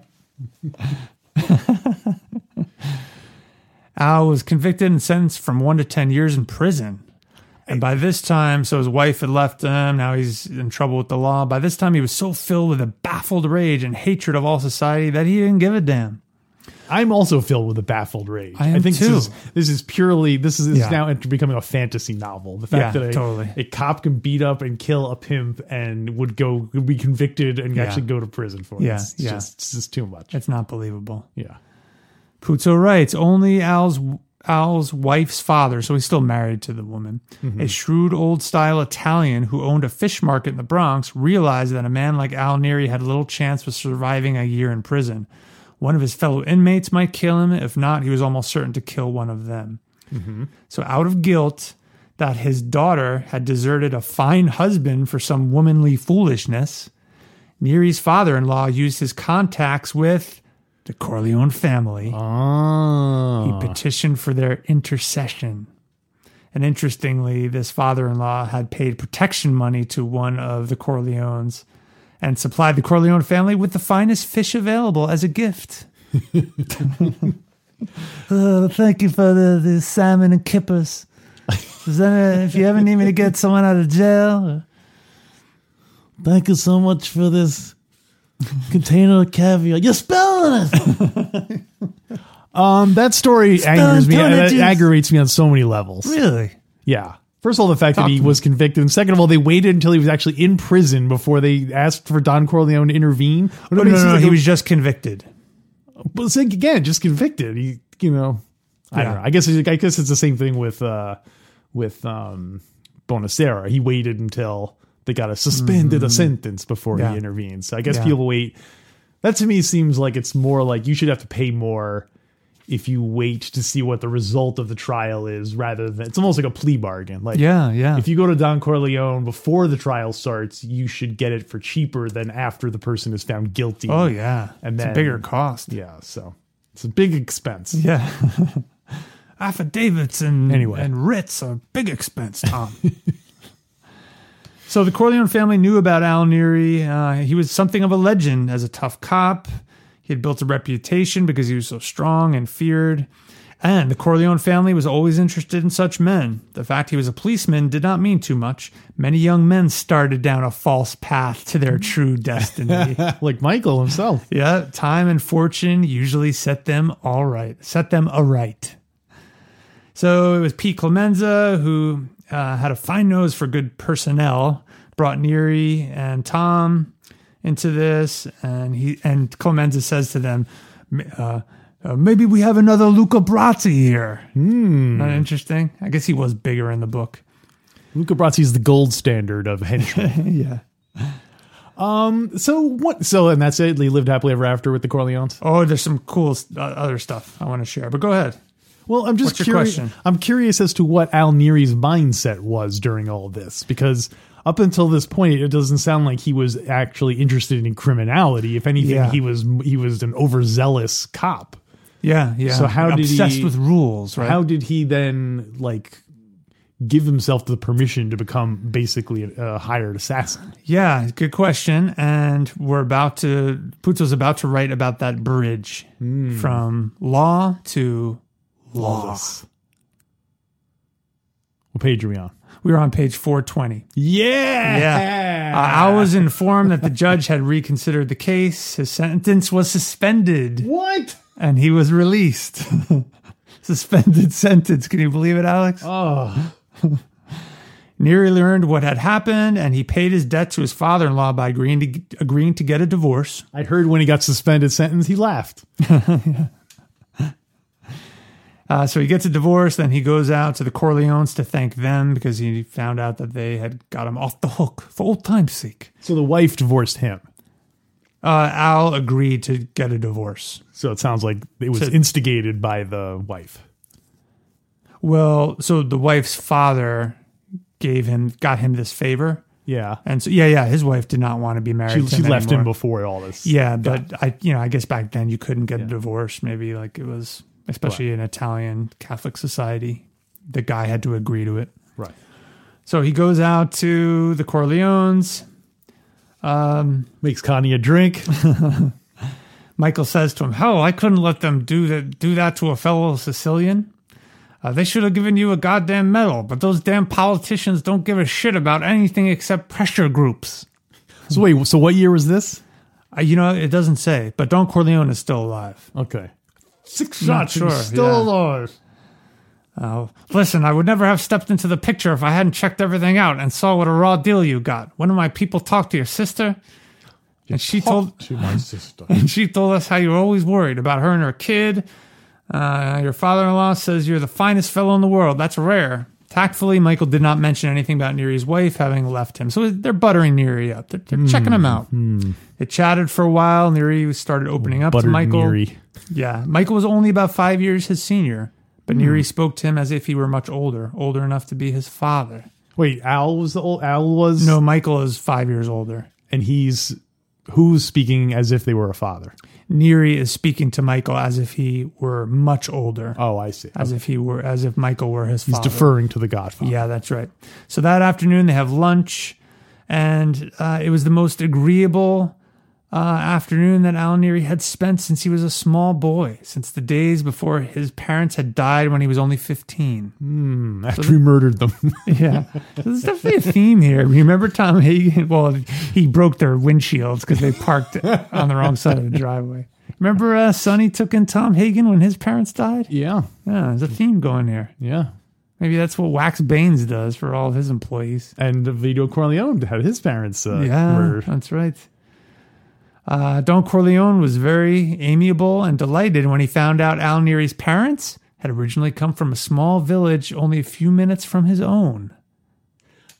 <laughs> Al was convicted and sentenced from one to 10 years in prison. And by this time, so his wife had left him. Now he's in trouble with the law. By this time, he was so filled with a baffled rage and hatred of all society that he didn't give a damn. I'm also filled with a baffled rage. I am think too. This, is, this is purely this is, is Yeah. now ent- becoming a fantasy novel. The fact Yeah, that a, totally. a cop can beat up and kill a pimp and would go would be convicted and Yeah. actually go to prison for it. Yeah, it's yeah. Just, it's just too much. It's not believable. Yeah, Puzo writes only Al's Al's wife's father, so he's still married to the woman, a shrewd old style Italian who owned a fish market in the Bronx, realized that a man like Al Neri had little chance of surviving a year in prison. One of his fellow inmates might kill him. If not, he was almost certain to kill one of them. So, out of guilt that his daughter had deserted a fine husband for some womanly foolishness, Neri's father in law used his contacts with the Corleone family. He petitioned for their intercession. And interestingly, this father in law had paid protection money to one of the Corleones and supplied the Corleone family with the finest fish available as a <laughs> gift. oh, thank you for the, the salmon and kippers. Is that a- if you ever need me to get someone out of jail, uh, Thank you so much for this container of caviar. You're spelling it. um, that story angers me. tuna That juice. aggravates me on so many levels. really? Yeah. First of all, the fact Talk that he to me. was convicted, and second of all, they waited until he was actually in prison before they asked for Don Corleone to intervene. Oh, No, no, no. He was just convicted. was again just convicted. He, you know, I don't Yeah. know. I guess it's- I guess it's the same thing with uh with um Bonacera. He waited until they got a suspended a sentence before Mm-hmm. Yeah. he intervened. So I guess Yeah. people wait. That to me seems like it's more like you should have to pay more if you wait to see what the result of the trial is rather than it's almost like a plea bargain. Like Yeah, yeah. if you go to Don Corleone before the trial starts, you should get it for cheaper than after the person is found guilty. oh, yeah. And it's a then- bigger cost. Yeah, so it's a big expense. <laughs> Yeah. Affidavits and Anyway. and writs are big expense, Tom. <laughs> so the Corleone family knew about Al Neary. Uh, he was something of a legend as a tough cop. He had built a reputation because he was so strong and feared. And the Corleone family was always interested in such men. The fact he was a policeman did not mean too much. Many young men started down a false path to their <laughs> true destiny. Like Michael himself. Yeah, time and fortune usually set them all right, set them aright. So it was Pete Clemenza who uh, had a fine nose for good personnel, brought Neary and Tom into this, and he and Clemenza says to them, m- uh, uh, maybe we have another Luca Brazzi here. Not interesting. I guess he was bigger in the book. <laughs> Luca Brasi is the gold standard of henchmen. Um, yeah. so what? So and that's it. They lived happily ever after with the Corleones. Oh, there's some cool s- uh, other stuff I want to share, but go ahead. Well, I'm just What's your curious. question? I'm curious as to what Al Neri's mindset was during all this because. Up until this point, it doesn't sound like he was actually interested in criminality. If anything, Yeah. he was he was an overzealous cop. Yeah, yeah. So how did obsessed he- with rules, right? How did he then like give himself the permission to become basically a, a hired assassin? Yeah, good question. And we're about to Puto's about to write about that bridge Hmm. from law to law. What page are we on? We were on page 420. Yeah. Yeah. Uh, I was informed that the judge had reconsidered the case. His sentence was suspended what? and he was released. <laughs> suspended sentence. Can you believe it, Alex? Oh. Neary learned what had happened and he paid his debt to his father in law by agreeing to, agreeing to get a divorce. I heard when he got suspended sentence, he laughed. Uh, so he gets a divorce, then he goes out to the Corleones to thank them because he found out that they had got him off the hook for old time's sake. So the wife divorced him. Uh, Al agreed to get a divorce. So it sounds like it was So- instigated by the wife. Well, so the wife's father gave him, got him this favor, Yeah. and so yeah, yeah, his wife did not want to be married. She, to she him left him anymore. before all this. Yeah, but I, you know, I guess back then you couldn't get a divorce. Maybe like it was, especially in Italian Catholic society, the guy had to agree to it. Right. So he goes out to the Corleones. Makes Connie a drink. <laughs> Michael says to him, "Hell, I couldn't let them do that do that to a fellow Sicilian. Uh, they should have given you a goddamn medal, but those damn politicians don't give a shit about anything except pressure groups." so wait, so what year was this? Uh, you know, it doesn't say, but Don Corleone is still alive. Okay. Six Not shots and sure, still yeah. alive. Uh, listen, I would never have stepped into the picture if I hadn't checked everything out and saw what a raw deal you got. One of my people talked to your sister, and she told to my sister. And she told us how you were always worried about her and her kid. Uh, your father in law says you're the finest fellow in the world. That's rare. Tactfully, Michael did not mention anything about Neary's wife having left him. So they're buttering Neary up. They're, they're checking him out. They chatted for a while. Neary started opening up Hmm, Buttered to Michael. Neary. Yeah. Michael was only about five years his senior, but Hmm. Neary spoke to him as if he were much older, older enough to be his father. Wait, Al was the old Al was No, Michael is five years older. and he's who's speaking as if they were a father. Neary is speaking to Michael as if he were much older. Oh, I see. as if he were as if Michael were his He's father. deferring to the Godfather. Yeah, that's right. So that afternoon they have lunch, and uh, it was the most agreeable uh, afternoon that Al Neary had spent since he was a small boy, since the days before his parents had died when he was <laughs> only fifteen. After he murdered them. Yeah, So there's definitely a theme here. Remember Tom Hagen? <laughs> Well, he broke their windshields because they parked on the wrong side of the driveway. Remember uh, Sonny took in Tom Hagen when his parents died? yeah. Yeah, there's a theme going here. Yeah. Maybe that's what Wax Baines does for all of his employees. And Vito Corleone had his parents uh, yeah, murdered. that's right. Uh, Don Corleone was very amiable and delighted when he found out Al Neary's parents had originally come from a small village only a few minutes from his own.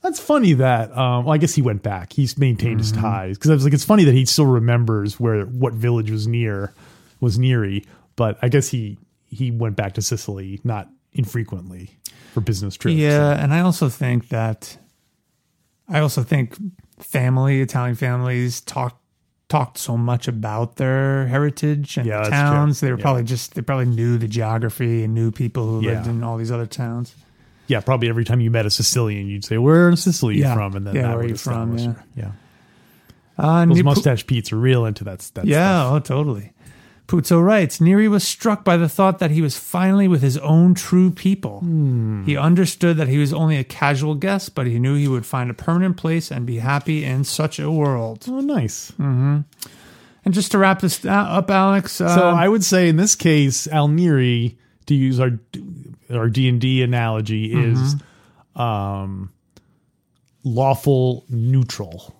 That's funny that, um, well, I guess he went back. He's maintained Mm-hmm. his ties. Because I was like, it's funny that he still remembers where what village was near, was neary. But I guess he he went back to Sicily not infrequently for business trips. Yeah, and I also think that I also think family Italian families talk talked so much about their heritage and Yeah, that's the true. towns. They were Yeah. probably just they probably knew the geography and knew people who lived Yeah. in all these other towns. Yeah, probably every time you met a Sicilian, you'd say, "Where in Sicily you Yeah. from?" And then Yeah, that where would you from, establish yeah. her. yeah. Uh, Those Nip- mustache Pete's are real into that. that yeah, stuff. oh, totally. Puzo writes Neary was struck by the thought that he was finally with his own true people. Hmm. He understood that he was only a casual guest, but he knew he would find a permanent place and be happy in such a world. Oh, nice. And just to wrap this uh, up, Alex. Uh, So I would say in this case, Almiri, to use our our D and D analogy, Mm-hmm. is um, lawful neutral.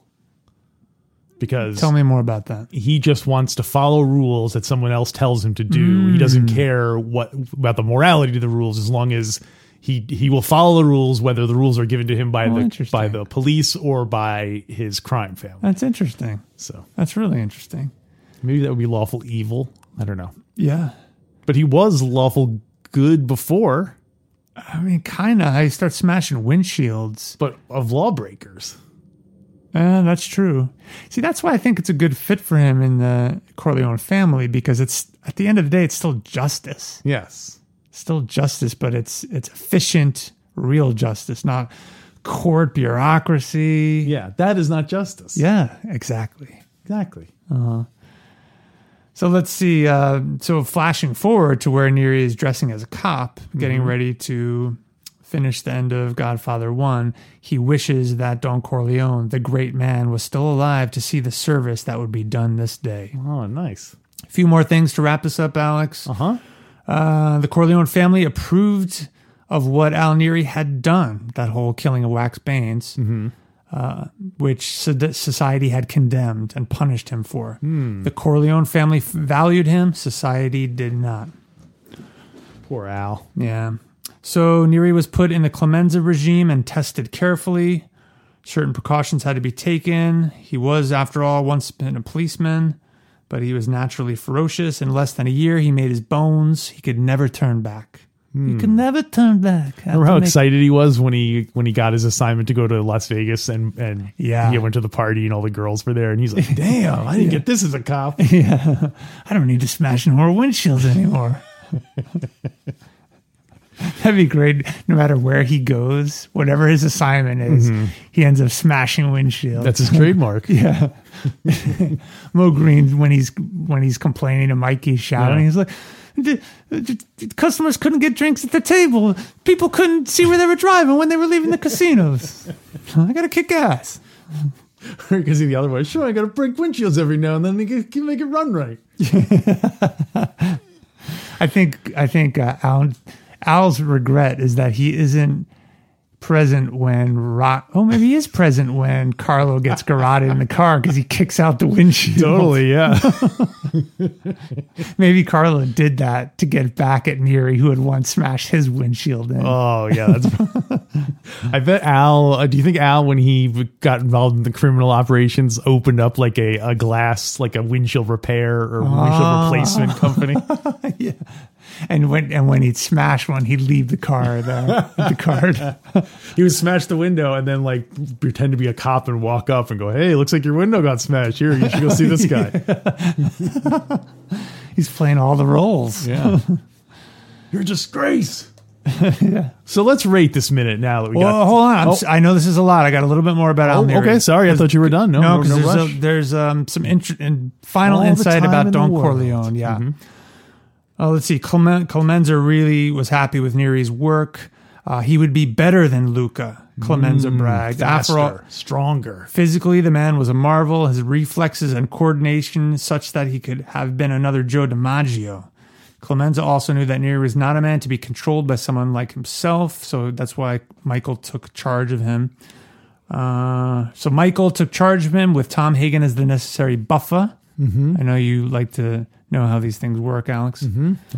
because Tell me more about that. he just wants to follow rules that someone else tells him to do. He doesn't Mm. care what about the morality to the rules as long as he he will follow the rules whether the rules are given to him by Oh, the by interesting. the police or by his crime family. That's interesting. So That's really interesting. maybe that would be lawful evil. I don't know. Yeah. But he was lawful good before, I mean, kind of. I start smashing windshields. but of lawbreakers. Uh, that's true. See, that's why I think it's a good fit for him in the Corleone family because it's at the end of the day, it's still justice, Yes. It's still justice, but it's it's efficient, real justice, not court bureaucracy. Yeah, that is not justice. Yeah, exactly. Exactly. So let's see. Uh, so flashing forward to where Neri is dressing as a cop, getting ready to finish the end of Godfather One. He wishes that Don Corleone, the great man, was still alive to see the service that would be done this day. Oh, nice. A few more things to wrap this up, Alex. Uh-huh. Uh, the Corleone family approved of what Al Neri had done, that whole killing of Wax Baines, uh, which so- that society had condemned and punished him for. The Corleone family f- valued him, society did not. Poor Al. Yeah. So Neri was put in the Clemenza regime and tested carefully. Certain precautions had to be taken. He was, after all, once been a policeman, but he was naturally ferocious. In less than a year, he made his bones. He could never turn back. He could never turn back. Had to Remember how make- excited he was when he when he got his assignment to go to Las Vegas and and Yeah. he went to the party and all the girls were there and he's like, damn, I didn't get this as a cop. Yeah. I don't need to smash any more windshields anymore. That'd be great. No matter where he goes, whatever his assignment is, he ends up smashing <laughs> windshields. That's his <laughs> trademark. Yeah. Mo Green when he's when he's complaining to Mikey shouting, Yeah. he's like "The- the- the customers couldn't get drinks at the table. People couldn't see where they were driving when they were leaving the casinos. <laughs> I gotta kick ass. Because the other way, sure, I got to break windshields every now and then to get, can make it run right. I think I think uh, Al, Al's regret is that he isn't present when Rock. Oh, maybe he is present when Carlo gets garroted in the car because he kicks out the <laughs> windshield. yeah. Maybe Carlo did that to get back at Neri, who had once smashed his windshield in. oh, yeah. That's. <laughs> I bet Al. Uh, do you think Al, when he w- got involved in the criminal operations, opened up like a, a glass, like a windshield repair or windshield replacement company? yeah. And when and when he'd smash one, he'd leave the car there. <laughs> with the card. <laughs> He would smash the window and then like pretend to be a cop and walk up and go, "Hey, looks like your window got smashed. Here, you should go see <laughs> this guy." He's playing all the roles. Yeah, <laughs> you're a <laughs> disgrace. So let's rate this minute now that we Well, got. hold on. I'm s- I know this is a lot. I got a little bit more about Al Oh, Neri. okay, sorry. I thought you were done. No, No, no, because no there's, rush. a- there's um, some int- and final All the insight time about in the Don world. Mm-hmm. Corleone. Yeah. Oh, let's see. Clemen- Clemenza really was happy with Neri's work. Uh, he would be better than Luca, Clemenza bragged. After all, Mm, Faster, stronger. Physically, the man was a marvel, his reflexes and coordination such that he could have been another Joe DiMaggio. Clemenza also knew that Neri was not a man to be controlled by someone like himself, so that's why Michael took charge of him. Uh, so Michael took charge of him with Tom Hagen as the necessary buffer. I know you like to know how these things work, Alex. A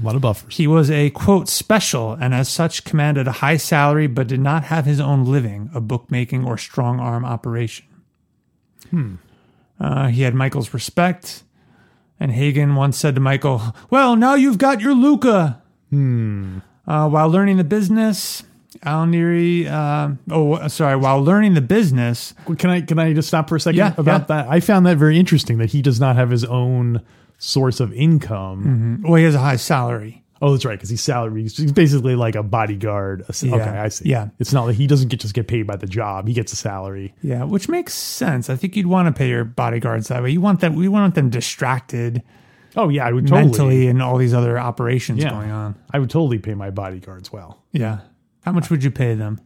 lot of buffers. He was a quote special and as such commanded a high salary but did not have his own living, a bookmaking or strong arm operation. Hmm. Uh, he had Michael's respect, and Hagen once said to Michael, Well, now you've got your Luca. Hmm. Uh, while learning the business, Al Neri, uh, oh, sorry, while learning the business, Well, Can I can I just stop for a second Yeah, about yeah. that? I found that very interesting that he does not have his own source of income. well, he has a high salary. Oh, that's right, because he's salary. He's basically like a bodyguard. A- Okay, I see. yeah. it's not like he doesn't get just get paid by the job. He gets a salary. Yeah, which makes sense. I think you'd want to pay your bodyguards that way. You want them, we want them distracted. Oh yeah, I would totally. mentally and all these other operations yeah, going on. I would totally pay my bodyguards well. Yeah. How much would you pay them?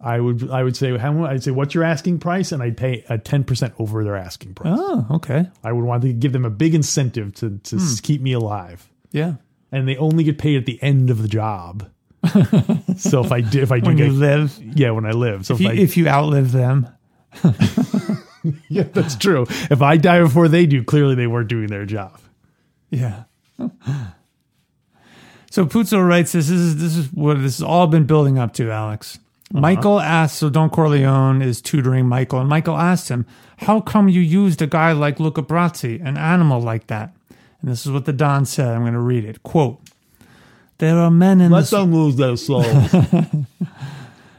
I would. I would say how. mu- I'd say what's your asking price, and I'd pay a ten percent over their asking price. Oh, Hmm. okay. I would want to give them a big incentive to to s- keep me alive. Yeah. and they only get paid at the end of the <laughs> job. so if I do, if I do When get, you live, yeah, when I live. So if, if you, I, if you outlive them. yeah, that's true. If I die before they do, clearly they weren't doing their job. Yeah. <laughs> so Puzo writes this, this is this is what this has all been building up to, Alex. Michael asks, so Don Corleone is tutoring Michael, and Michael asks him, How come you used a guy like Luca Brazzi, an animal like that? And this is what the Don said. I'm gonna read it. Quote There are men in this them lose their souls.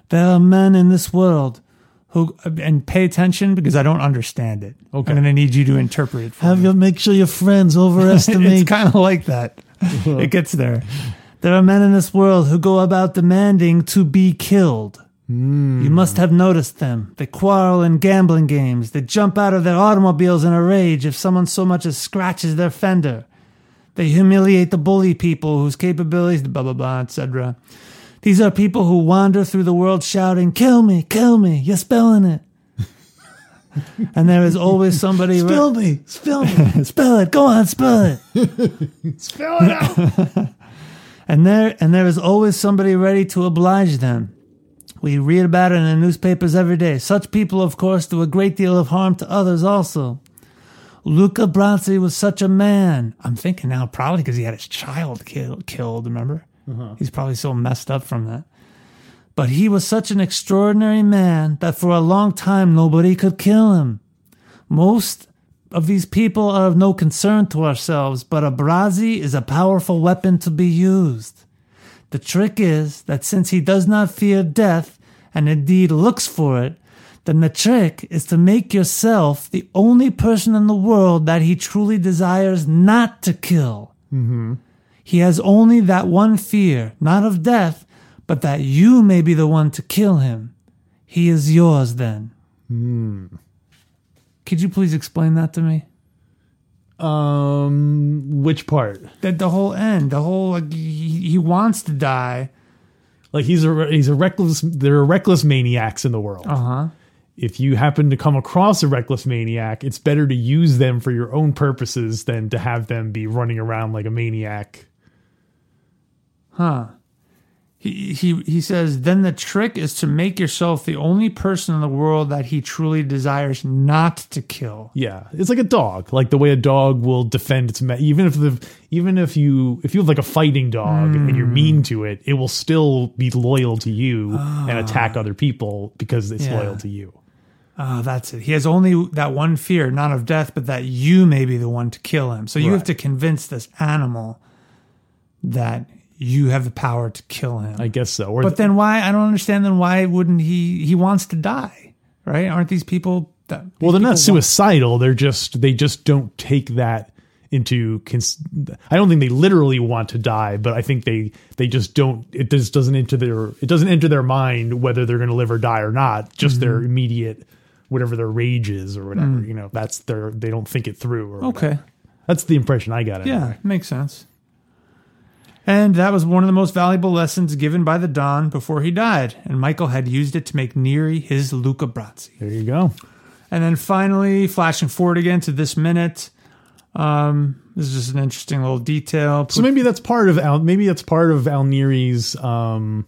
there are men in this world who and pay attention because I don't understand it. Okay. I'm gonna need you to interpret it for me. Have your make sure your friends overestimate. <laughs> It's kind of like that. it gets there. There are men in this world who go about demanding to be killed. Hmm. You must have noticed them. They quarrel in gambling games. They jump out of their automobiles in a rage if someone so much as scratches their fender. They humiliate the bully people whose capabilities, blah, blah, blah, etc. These are people who wander through the world shouting, Kill me, kill me, you're spelling <laughs> it. and there is always somebody. Spill me, spill me, <laughs> spell it, go on, spell it. <laughs> spill it out. <laughs> and there and there is always somebody ready to oblige them. We read about it in the newspapers every day. Such people, of course, do a great deal of harm to others also. Luca Brazzi was such a man. I'm thinking now, probably because he had his child kill, killed, remember? He's probably so messed up from that. But he was such an extraordinary man that for a long time nobody could kill him. Most of these people are of no concern to ourselves, but a brazi is a powerful weapon to be used. The trick is that since he does not fear death and indeed looks for it, then the trick is to make yourself the only person in the world that he truly desires not to kill. He has only that one fear, not of death, but that you may be the one to kill him. He is yours then. Could you please explain that to me? <laughs> Um, which part? That the whole end, the whole like he, he wants to die. Like he's a he's a reckless. There are reckless maniacs in the world. Uh huh. If you happen to come across a reckless maniac, it's better to use them for your own purposes than to have them be running around like a maniac. Huh. He, he he says then the trick is to make yourself the only person in the world that he truly desires not to kill. Yeah, it's like a dog. Like the way a dog will defend its ma- even if the even if you if you have like a fighting dog and Hmm. you're mean to it, it will still be loyal to you and attack other people because it's Ah. Yeah. loyal to you. Oh, that's it. He has only that one fear, not of death, but that you may be the one to kill him. So you have Right. to convince this animal that you have the power to kill him. I guess so. Or But then why? I don't understand. Then why wouldn't he? He wants to die, right? Aren't these people that? well, they're these not people want- suicidal. They're just they just don't take that into. Cons- I don't think they literally want to die, but I think they they just don't. It just doesn't enter their it doesn't enter their mind whether they're going to live or die or not. Just Mm-hmm. their immediate whatever their rage is or whatever. You know, that's their they don't think it through. Or whatever. Mm. Okay. that's the impression I got. Yeah, anyway. makes sense. And that was one of the most valuable lessons given by the Don before he died, and Michael had used it to make Neri his Luca Brazzi. there you go. And then finally, flashing forward again to this minute. Um, this is just an interesting little detail. So maybe that's part of Al, maybe that's part of Alneri's um,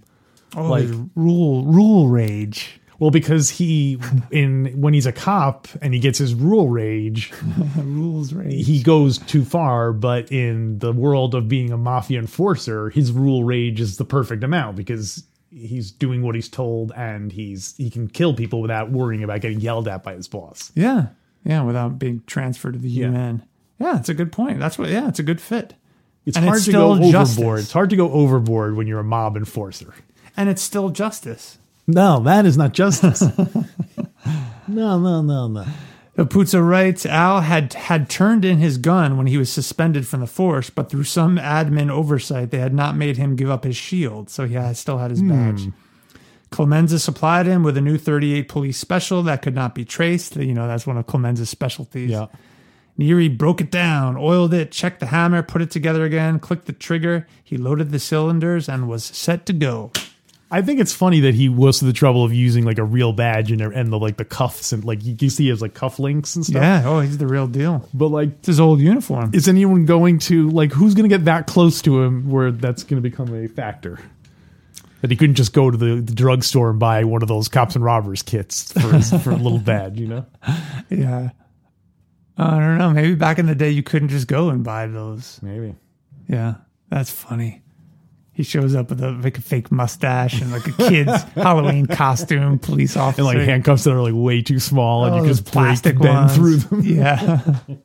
oh, like- rule rule rage. Well, because he in when he's a cop and he gets his rule rage, Rules rage. he goes too far. But in the world of being a mafia enforcer, his rule rage is the perfect amount because he's doing what he's told and he's he can kill people without worrying about getting yelled at by his boss. Yeah. Yeah, without being transferred to the Yeah. UN. Yeah, it's a good point. That's what yeah, it's a good fit. It's And it's hard to go still overboard. justice. It's hard to go overboard when you're a mob enforcer. And it's still justice. No, that is not <laughs> justice. no, no, no, no. Apuza writes, Al had, had turned in his gun when he was suspended from the force, but through some admin oversight, they had not made him give up his shield, so he had, still had his badge. Clemenza supplied him with a new 38 police special that could not be traced. You know, that's one of Clemenza's specialties. Yeah. Neary broke it down, oiled it, checked the hammer, put it together again, clicked the trigger. He loaded the cylinders and was set to go. I think it's funny that he was to the trouble of using like a real badge and and the like the cuffs and like you can see he has like cuff links and stuff. Yeah, oh, he's the real deal. But like, It's his old uniform. is anyone going to like who's going to get that close to him where that's going to become a factor? That he couldn't just go <laughs> to the, the drugstore and buy one of those cops and robbers kits for his, for a little badge, you know? Yeah. I don't know. Maybe back in the day, you couldn't just go and buy those. Maybe. Yeah, that's funny. He shows up with a, like a fake mustache and like a kid's <laughs> Halloween costume, police officer, And like handcuffs that are like way too small, and Oh, you those just plastic bend through them. yeah, <laughs>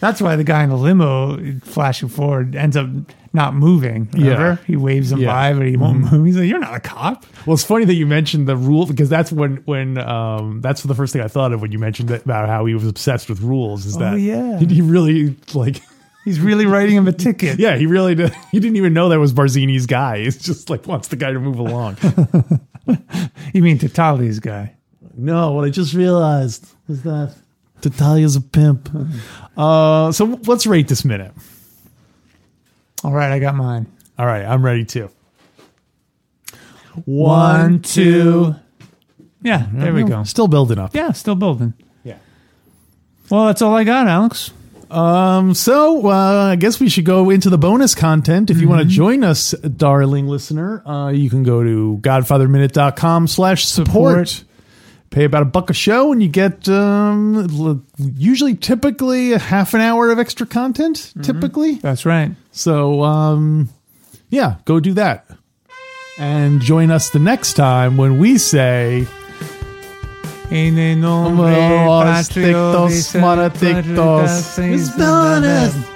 that's why the guy in the limo flashing forward ends up not moving. Remember? he waves him Yeah. Mm-hmm. by, but he won't move. He's like, "You're not a cop." Well, it's funny that you mentioned the rule because that's when when um that's the first thing I thought of when you mentioned that, about how he was obsessed with rules. Is that Oh, yeah. he, he really like <laughs> He's really writing him a ticket. yeah he really did, <laughs> he didn't even know that was Barzini's guy. It's just like wants the guy to move along. You mean Tatali's guy? no, what I just realized is that Tatalia's a pimp. Uh, so let's rate this minute. All right, I got mine. All right, I'm ready too. One, two. Mm-hmm. Yeah, there we go. Still building up. Yeah, still building. Yeah. Well, that's all I got, Alex. Um, so uh, I guess we should go into the bonus content. If you want to join us, darling listener, uh, you can go to godfatherminute.com slash support. Pay about a buck a show and you get um, l- usually typically a half an hour of extra content, typically. That's right. So um, yeah, go do that. And join us the next time when we say... En el nombre Los patrio tictos, de San maratictos. Patricio. Hispanos.